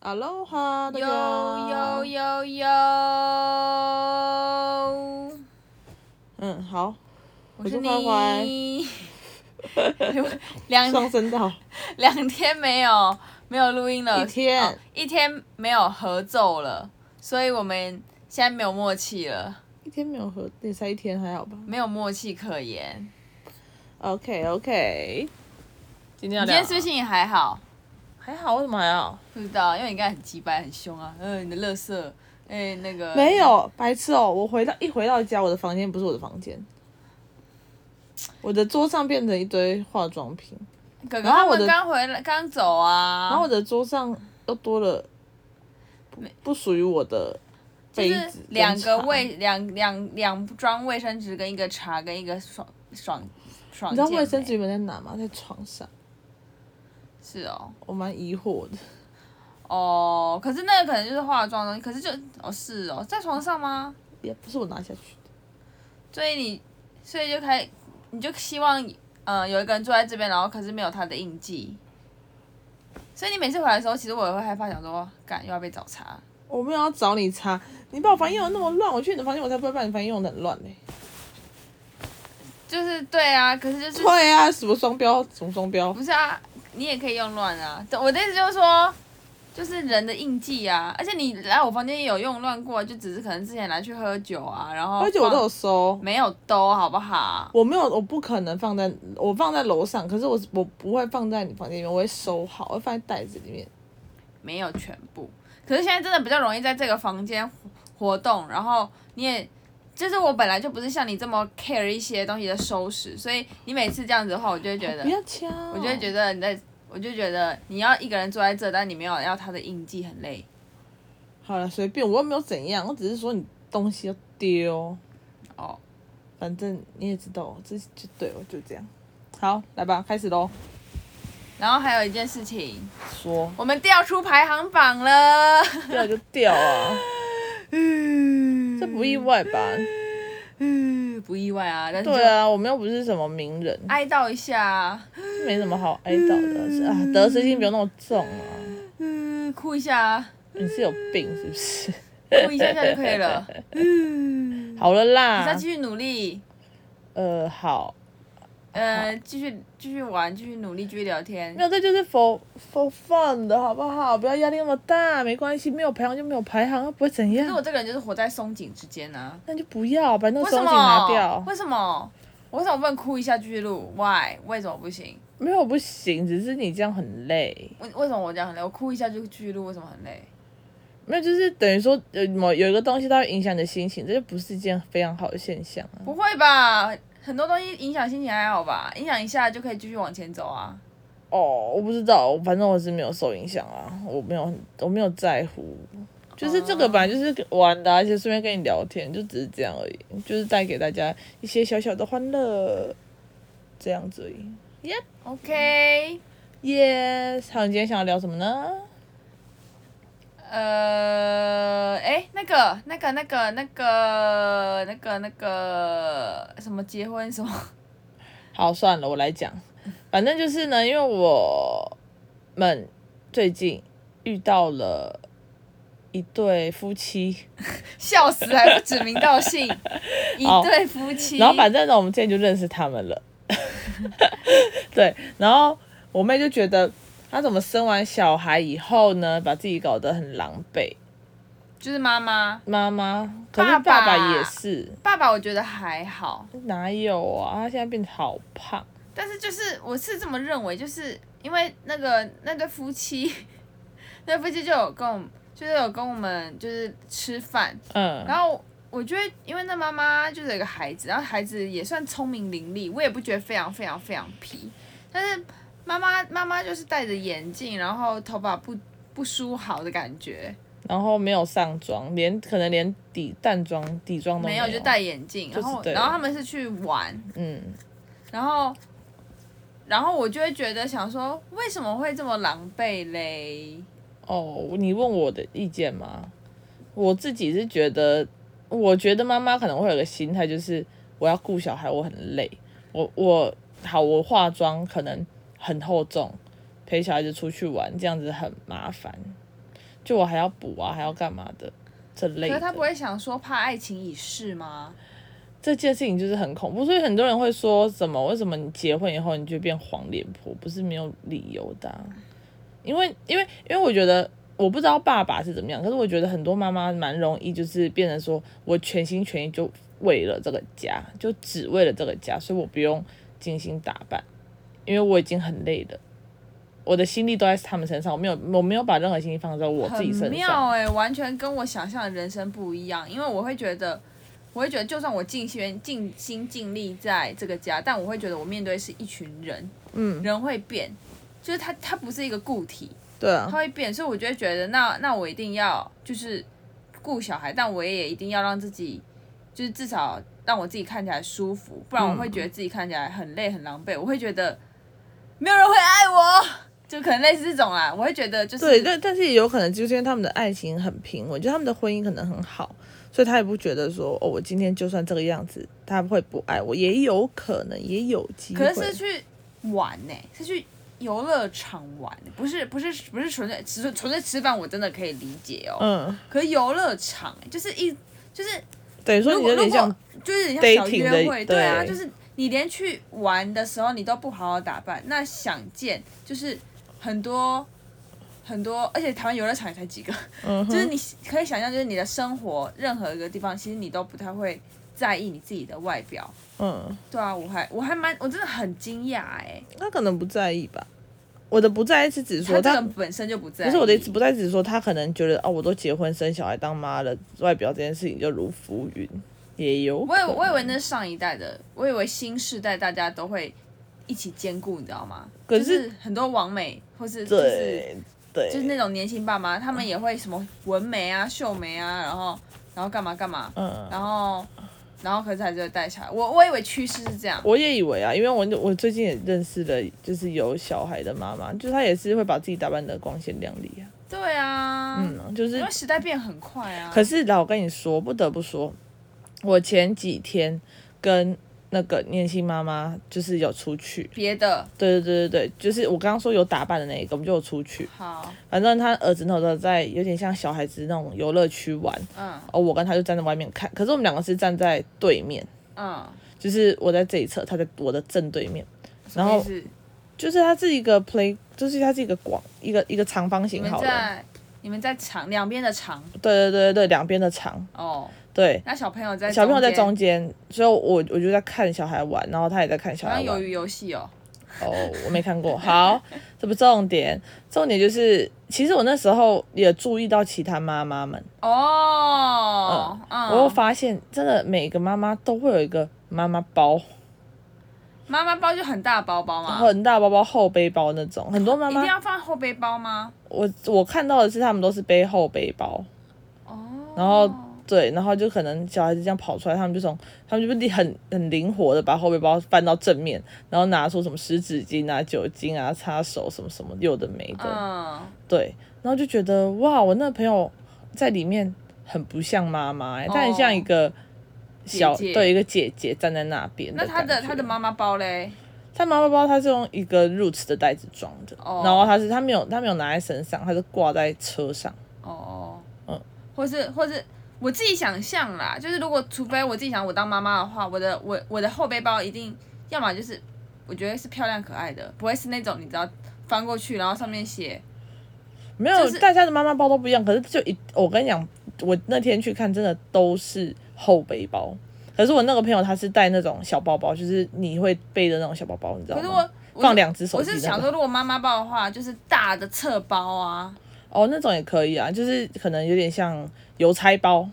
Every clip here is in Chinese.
阿罗哈，大呦家呦呦呦！嗯，好，我是我是欢欢你。 两上升到两天没有没有录音了，一天哦一天没有合奏了，所以我们现在没有默契了，一天没有合，也才一天，还好吧没有默契可言。 ？OK OK，今天要你今聊啊天哦是不是心情还好？还好？为什么还好？不知道，因为你刚才很鸡掰很凶啊，嗯、你的乐色，哎、那个没，有白痴哦！我回到一回到家，我的房间不是我的房间，我的桌上变成一堆化妆品，哥哥然后他我们的刚回来刚走啊，然后我的桌上又多了不不属于我的就杯是子，两个，卫两两两装卫生纸跟一个茶跟一个爽爽爽。你知道卫生纸？原本在哪吗？在床上，是哦，我蛮疑惑的。哦，可是那个可能就是化妆的东西，可是就哦是哦，在床上吗？也不是我拿下去的，所以你所以就开你就希望呃有一个人坐在这边，然后可是没有他的印记。所以你每次回来的时候，其实我也会害怕，想说，干又要被找茬。我没有要找你擦，你把我房间用的那么乱，我去你的房间我才不会把你房间用的很乱嘞、就是对啊，可是就是对啊，什么双标，什么双标不？是啊，你也可以用乱啊。我的意思就是说，就是人的印记啊。而且你来我房间也有用乱过，啊就只是可能之前拿去喝酒啊，然后而且我都有放收，没有兜，好不好？我没有，我不可能放在，我放在楼上，可是我我不会放在你房间里面，我会收好，我会放在袋子里面。没有全部。可是现在真的比较容易在这个房间活活动，然后你也。就是我本来就不是像你这么 care 一些东西的收拾，所以你每次这样子的话，我就会觉得哦不，要敲，我就会觉得你在，我就觉得你要一个人坐在这，但你没有要他的印记，很累。好了，随便，我又没有怎样，我只是说你东西要丢，哦，反正你也知道，这就对我就这样。好，来吧，开始喽。然后还有一件事情，说我们调出排行榜了，掉就掉啊， 这不意 外吧？不意外啊，但是就对啊，我们又不是什么名人，哀悼一下，没什么好哀悼的啊，得失心不用那么重啊。嗯，哭 一下，你是有病是不是？ 哭一下下就可以了，嗯好了再啦继，续努力，呃，好，呃，继续继续玩，继续努力，继续聊天没。有，这就是 for for fun 的好不好？不要压力那么大，没关系，没有排行就没有排行，又啊不会怎可是我样。这个人就是活在松紧之间啊，那就不要把那个为松什紧拿掉么？，为什么？我为什么不能哭一下继续录？Why？为什么不行？没有不行，只是你这样很累。为为什么我这样很累？我哭一下就继续录，为什么很累？没有，就是等于说有某有一个东西它会影响你的心情，这就不是一件非常好的现象啊。不会吧？很多东西影响心情还好吧？影响一下就可以继续往前走啊。哦，我不知道，反正我是没有受影响啊，我没有很我没有在乎，就是这个本来就是玩的啊、而且顺便跟你聊天，就只是这样而已，就是带给大家一些小小的欢乐，这样子而已。 OK， Yes，好，你今天想要聊什么呢？呃，哎，那个、那个、那个、那个、那个、那个什么结婚什么， 好，算了，我来讲，反正就是呢，因为我们最近遇到了一对夫妻。笑死，还不指名道姓，一哦对夫妻。然后反正呢，我们之前就认识他们了。 对，然后我妹就觉得她怎么生完小孩以后呢，把自己搞得很狼狈。就是妈妈、妈妈，可是爸爸爸爸也是，爸爸，我觉得还好，哪有啊？他现在变得好胖，但是就是我是这么认为，就是因为那个那对夫妻， 那对夫妻就有跟我们，就是有跟我们就是吃饭，嗯，然后我觉得，因为那妈妈就是有一个孩子，然后孩子也算聪明伶俐，我也不觉得非常非常非常皮，但是妈妈妈妈就是戴着眼镜，然后头发不不梳好的感觉，然后没有上妆，连可能连底淡妆底妆都没有，有就戴眼镜，然后就是对然后他们是去玩，嗯，然后然后我就会觉得想说，为什么会这么狼狈嘞？哦，你问我的意见吗？我自己是觉得，我觉得妈妈可能会有个心态，就是我要顾小孩，我很累，我我好，我化妆可能很厚重，陪小孩子出去玩这样子很麻烦。就我还要补啊，还要干嘛的这类可的是。他不会想说怕爱情已逝吗？这件事情就是很恐怖，所以很多人会说什么？为什么你结婚以后你就变黄脸婆？不是没有理由的啊、因为因为因为我觉得我不知道爸爸是怎么样，可是我觉得很多妈妈蛮容易就是变成说我全心全意就为了这个家，就只为了这个家，所以我不用精心打扮，因为我已经很累了。我的心力都在他们身上，我没有，我没有把任何心力放在我自己很身妙上。哎、完全跟我想象的人生不一样。因为我会觉得，我会觉得，就算我尽心尽心尽力在这个家，但我会觉得我面对是一群人，嗯，人会变，就是他他不是一个固体，对他啊，会变，所以我就会觉得，那那我一定要就是顾小孩，但我也一定要让自己，就是至少让我自己看起来舒服，不然我会嗯觉得自己看起来很累很狼狈，我会觉得没有人会爱我，就可能类似这种啦，我会觉得就是对，但但是也有可能就是因为他们的爱情很平稳，就他们的婚姻可能很好，所以他也不觉得说哦，我今天就算这个样子，他会不爱我，也有可能，也有机会。可是是去玩呢、是去游乐场玩，欸不是不是不是纯粹只是纯粹吃饭，我真的可以理解哦。嗯，可是游乐场、欸就是一就是等于说如你果有如点像果就是很像小 dating 约的会，对啊，对就是你连去玩的时候你都不好好打扮，那想见就是很多。很多，而且台湾游乐场也才几个，嗯就是哼，你可以想象，就是你的生活任何一个地方，其实你都不太会在意你自己的外表。嗯，对啊，我还我还蛮，我真的很惊讶哎，他可能不在意吧。我的不在意是指他说这他个本身就不在意。不是我的意思，不在意是指说他可能觉得哦，我都结婚生小孩当妈了，外表这件事情就如浮云，也有可我以能。我以为那是上一代的，我以为新世代大家都会一起兼顾，你知道吗？可就是很多网美或是就是对就是那对，种年轻爸妈，他们也会什么纹眉啊、秀眉啊，然后然后干嘛干嘛，嗯。然后然后可是还是会带小孩。我我以为趋势是这样，我也以为啊，因为我我最近也认识了，就是有小孩的妈妈，就是她也是会把自己打扮得光鲜亮丽啊。对啊，嗯，就是因为时代变很快啊。可是啦，我跟你说，不得不说，我前几天跟那个年轻妈妈就是有出去，别的对对对对对，就是我刚刚说有打扮的那一个，我们就有出去。好，反正她儿子那时候在有点像小孩子那种游乐区玩，嗯哦，我跟他就站在外面看，可是我们两个是站在对面，嗯，就是我在这一侧，他在我的正对面。然什么后意思就是它是一个 play，就是它是一个广一个一个长方你形们好了，在你们在长两边的长对对对对，两边的长，哦，对，那小朋友在小朋友在间中间，所以我我就在看小孩玩，然后他也在看小好像孩鱿玩。鱼游戏哦，哦，我没看过，好， 这不重点，重点就是，其实我那时候也注意到其他妈妈们，哦，嗯，我又发现真的每个妈妈都会有一个妈妈包，嗯妈妈包就很大包包嘛，很大包包后背包那种，很多妈一妈定，要放后背包吗？我我看到的是他们都是背后背包。哦，然后对，然后就可能小孩子这样跑出来，他们就从他们就是很很灵活的把后背包翻到正面，然后拿出什么湿纸巾啊、酒精啊、擦手什么什么有的没的，嗯，对，然后就觉得哇，我那个朋友在里面很不像妈妈、欸，但很像一个小哦姐姐对一个姐姐站在那边那他的感觉他的妈妈包嘞？他妈妈包他是用一个 Roots 的袋子装的，哦然后他是他没有他没有拿在身上，他是挂在车上，哦，嗯或是或是我自己想象啦，就是如果除非我自己想我当妈妈的话，我的我我的后背包一定要么就是我觉得是漂亮可爱的，不会是那种你知道翻过去然后上面写没有，就是大家的妈妈包都不一样，可是就一，我跟你讲，我那天去看，真的都是后背包。可是我那个朋友他是带那种小包包，就是你会背的那种小包包，你知道可吗？是我我放两只手我机是那想种。说，如果妈妈包的话，就是大的侧包啊，哦，那种也可以啊，就是可能有点像邮差包。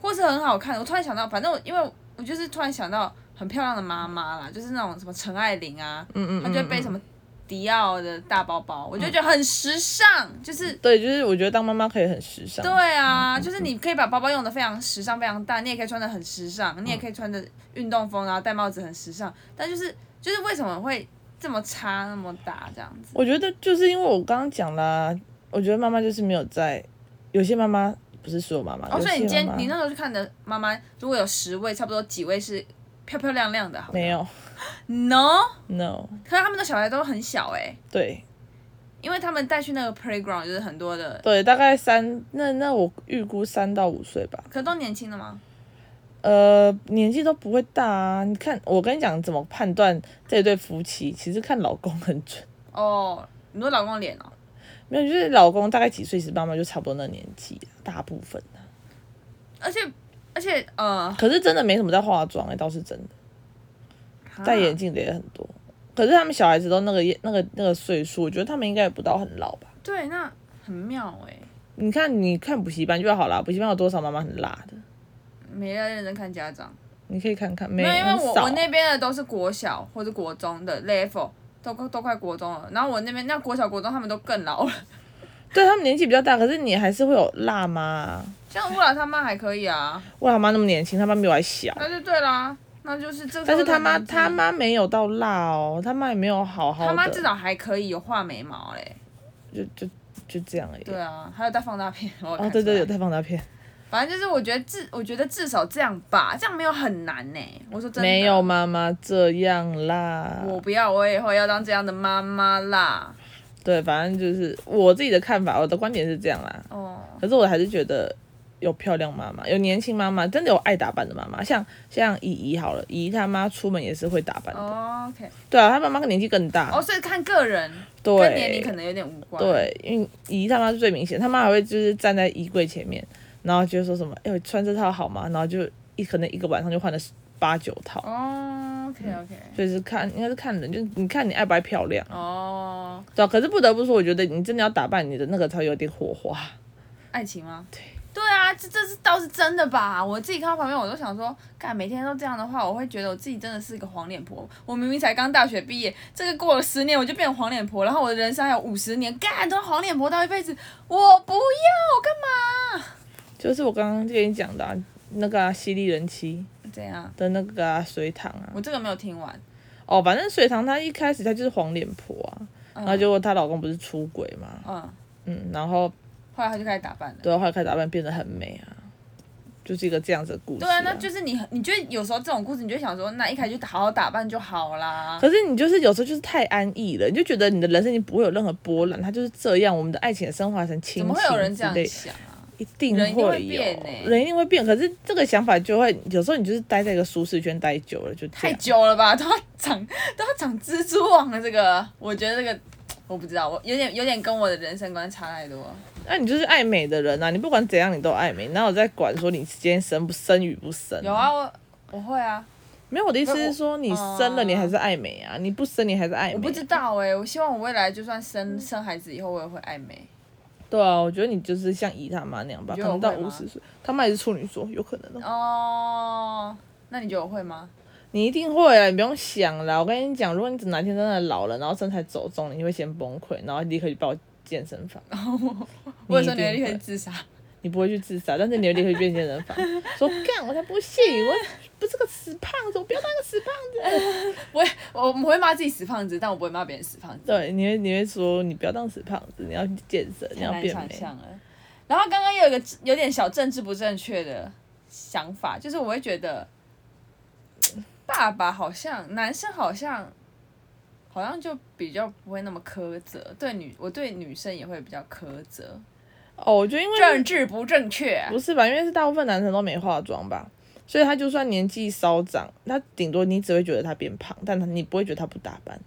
或是很好看。我突然想到，反正我因为我就是突然想到很漂亮的妈妈啦，就是那种什么陈爱玲啊，嗯嗯嗯她就会背什么迪奥的大包包，我就觉得很时尚，就是。对，就是我觉得当妈妈可以很时尚。嗯对啊，就是你可以把包包用的非常时尚、非常大，你也可以穿的很时尚，嗯你也可以穿着运动风，然后戴帽子很时尚。但就是就是为什么会这么差那么大这样子？我觉得就是因为我刚刚讲啦，我觉得妈妈就是没有在，有些妈妈不是所有妈妈，哦，所以你有今些天妈妈你那时候去看的妈妈，如果有十位，差不多几位是漂漂亮亮的？好吗没有，no， ，no，可是他们的小孩都很小哎、对，因为他们带去那个 playground 就是很多的，对，大概三，那那我预估三到五岁吧。可都年轻的吗？呃，年纪都不会大啊。你看，我跟你讲，怎么判断这对夫妻，其实看老公很准。哦，你说老公脸哦，没有，就是老公大概几岁，其实妈妈就差不多那年纪，大部分啊。而且而且呃，可是真的没什么在化妆、欸，倒是真的。哈戴眼镜的也很多，啊可是他们小孩子都那个那个那个岁数，我觉得他们应该也不到很老吧。对，那很妙哎、欸你看，你看补习班就好啦，补习班有多少妈妈很辣的，没在认真看家长。你可以看看，没没有，因为很我少我那边的都是国小或者国中的 level，都都快国中了。然后我那边那国小国中他们都更老了， 对他们年纪比较大，可是你还是会有辣妈、啊。像乌拉他妈还可以啊，我他妈那么年轻，他妈比我还小，那就对啦，那就是这个。但是他妈他妈没有到辣哦，他妈也没有好好的，他妈至少还可以有画眉毛嘞，就就就这样而已。对啊，还有带放大片。我有哦，看对出来对，有带放大片，反正就是我觉得至我觉得至少这样吧，这样没有很难呢、我说真的，没有，妈妈这样啦。我不要，我以后要当这样的妈妈啦。对，反正就是我自己的看法，我的观点是这样啦。哦，可是我还是觉得有漂亮妈妈，有年轻妈妈，真的有爱打扮的妈妈，像像姨姨好了，姨姨她妈出门也是会打扮的。哦 OK，对啊，她妈妈年纪更大，哦，所以看个人，对，跟年龄可能有点无关。，对，因为姨姨她妈是最明显，她妈还会就是站在衣柜前面，然后就说什么，哎、我穿这套好吗？然后就一可能一个晚上就换了十八九套，哦，OK OK，所以是看应该是看人，就是你看你爱不爱漂亮，哦，对、啊。可是不得不说，我觉得你真的要打扮你的那个才有点火花。爱情吗？对。啊，这这是倒是真的吧？我自己看到旁边，我都想说，干每天都这样的话，我会觉得我自己真的是个黄脸婆。我明明才刚大学毕业，这个过了十年我就变成黄脸婆，然后我的人生还有五十年，干都黄脸婆到一辈子，我不要干嘛？就是我刚刚跟你讲的、啊、那个、啊《犀利人妻怎样》？的那个、啊、隋唐啊，我这个没有听完。哦，反正隋唐她一开始她就是黄脸婆啊，嗯、然后结果她老公不是出轨嘛，嗯，嗯，然后后来他就开始打扮了。对，后来开始打扮变得很美啊，就是一个这样子的故事、对啊，那就是你，你觉得有时候这种故事，你就会想说，那一开始就好好打扮就好啦。可是你就是有时候就是太安逸了，你就觉得你的人生已经不会有任何波澜，它就是这样。我们的爱情也升华成亲怎么情会有人之这样类，想啊？一定人一定会会有变欸人一定会变。可是这个想法就会有时候你就是待在一个舒适圈待久了就这太样。久了吧， 都要长都要长蜘蛛网了。这个，我觉得这个我不知道，我有点有点跟我的人生观差太多。那、你就是爱美的人啊，你不管怎样你都爱美，哪有在管说你今天生不生与不生？有啊，我我会啊，没有，我的意思不是是我说，你生了嗯你还是爱美啊，你不生你还嗯是爱美。我不知。道哎、我希望我未来就算生生孩子以后，我也会爱美。对啊，我觉得你就是像姨他妈那样吧，你可觉得能到我会五吗十岁，他妈也是处女座，有可能哦。哦，那你觉得我会吗？你一定会啊，你不用想啦。我跟你讲，如果你等哪天真的老了，然后身材走中，你会先崩溃，然后立刻去报健身 房。或哦者说你会一定立会刻自杀？你不会去自杀，但是你会立刻去变健身房，说干我才不信，我不是个死胖子，我不要当个死胖子。我也我我会骂自己死胖子，但我不会骂别人死胖子。对，你会你会说你不要当死胖子，你要去健身，你太要难变想美。象了。然后刚刚又有一个有点小政治不正确的想法，就是我会觉得，爸爸好像男生好像好像就比较不会那么苛责，对女我对女生也会比较苛责，哦，我觉得因为政治不正确。不是吧？因为是大部分男生都没化妆吧，所以他就算年纪稍长，他顶多你只会觉得他变胖，但他你不会觉得他不打扮。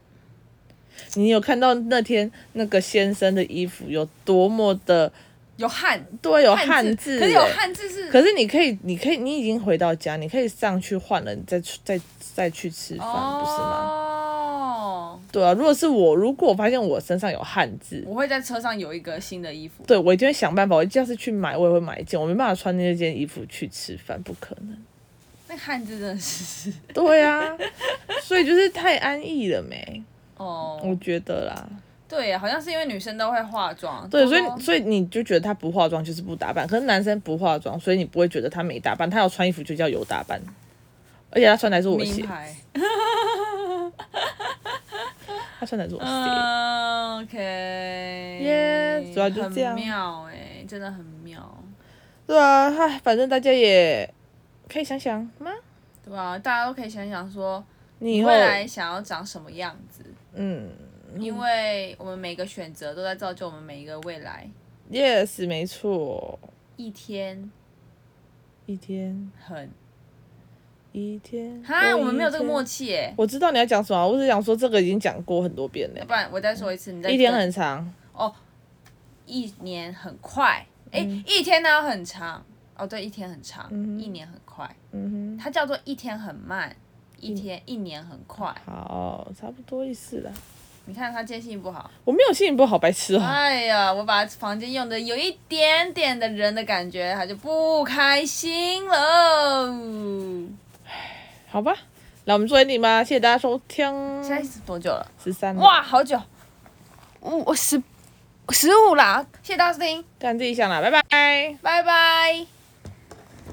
你有看到那天那个先生的衣服有多么的有汉对，有汉字，字、可是有欸汉字是可是你可以，你可以，你已经回到家，你可以上去换了，你再出再再去吃饭，不是吗？哦，对啊，如果是我，如果我发现我身上有汉字，我会在车上有一个新的衣服。对我一定会想办法。我要是去买，我也会买一件，我没办法穿那件衣服去吃饭，不可能。那汉字真的是 对啊，所以就是太安逸了没？我哦，觉得啦，对，好像是因为女生都会化妆，对，多所多以所以你就觉得他不化妆就是不打扮，可是男生不化妆，所以你不会觉得他没打扮，他要穿衣服就叫有打扮，而且他穿的还是我的鞋名，牌。他穿的还是我的鞋， 嗯，OK，耶主要就这样很妙哎、真的很妙，对啊，唉，反正大家也可以想想吗？啊对吧、大家都可以想想说，你以后未来想要长什么样子，嗯，因为我们每个选择都在造就我们每一个未来。 Yes，没错，一天一天很一天。哈，我们没有这个默契。契耶。我知道你要讲什么，我只想说这个已经讲过很多遍了要。不然我再说一次，你再一天很长，一年很快，哎、一天呢很长哦，对，一天很长，嗯一年很快，嗯它叫做一天很慢，一天一年很快。哼，好，差不多意思了。你看他坚信不好，我没有心情不好，白痴哦、哎呀，我把房间用的有一点点的人的感觉，他就不开心了。好吧，那我们作为你吧，谢谢大家收听。现在是多久了？十三，哇，好久，五我十十五啦，谢谢大家收听，干自己想啦，拜拜。拜拜。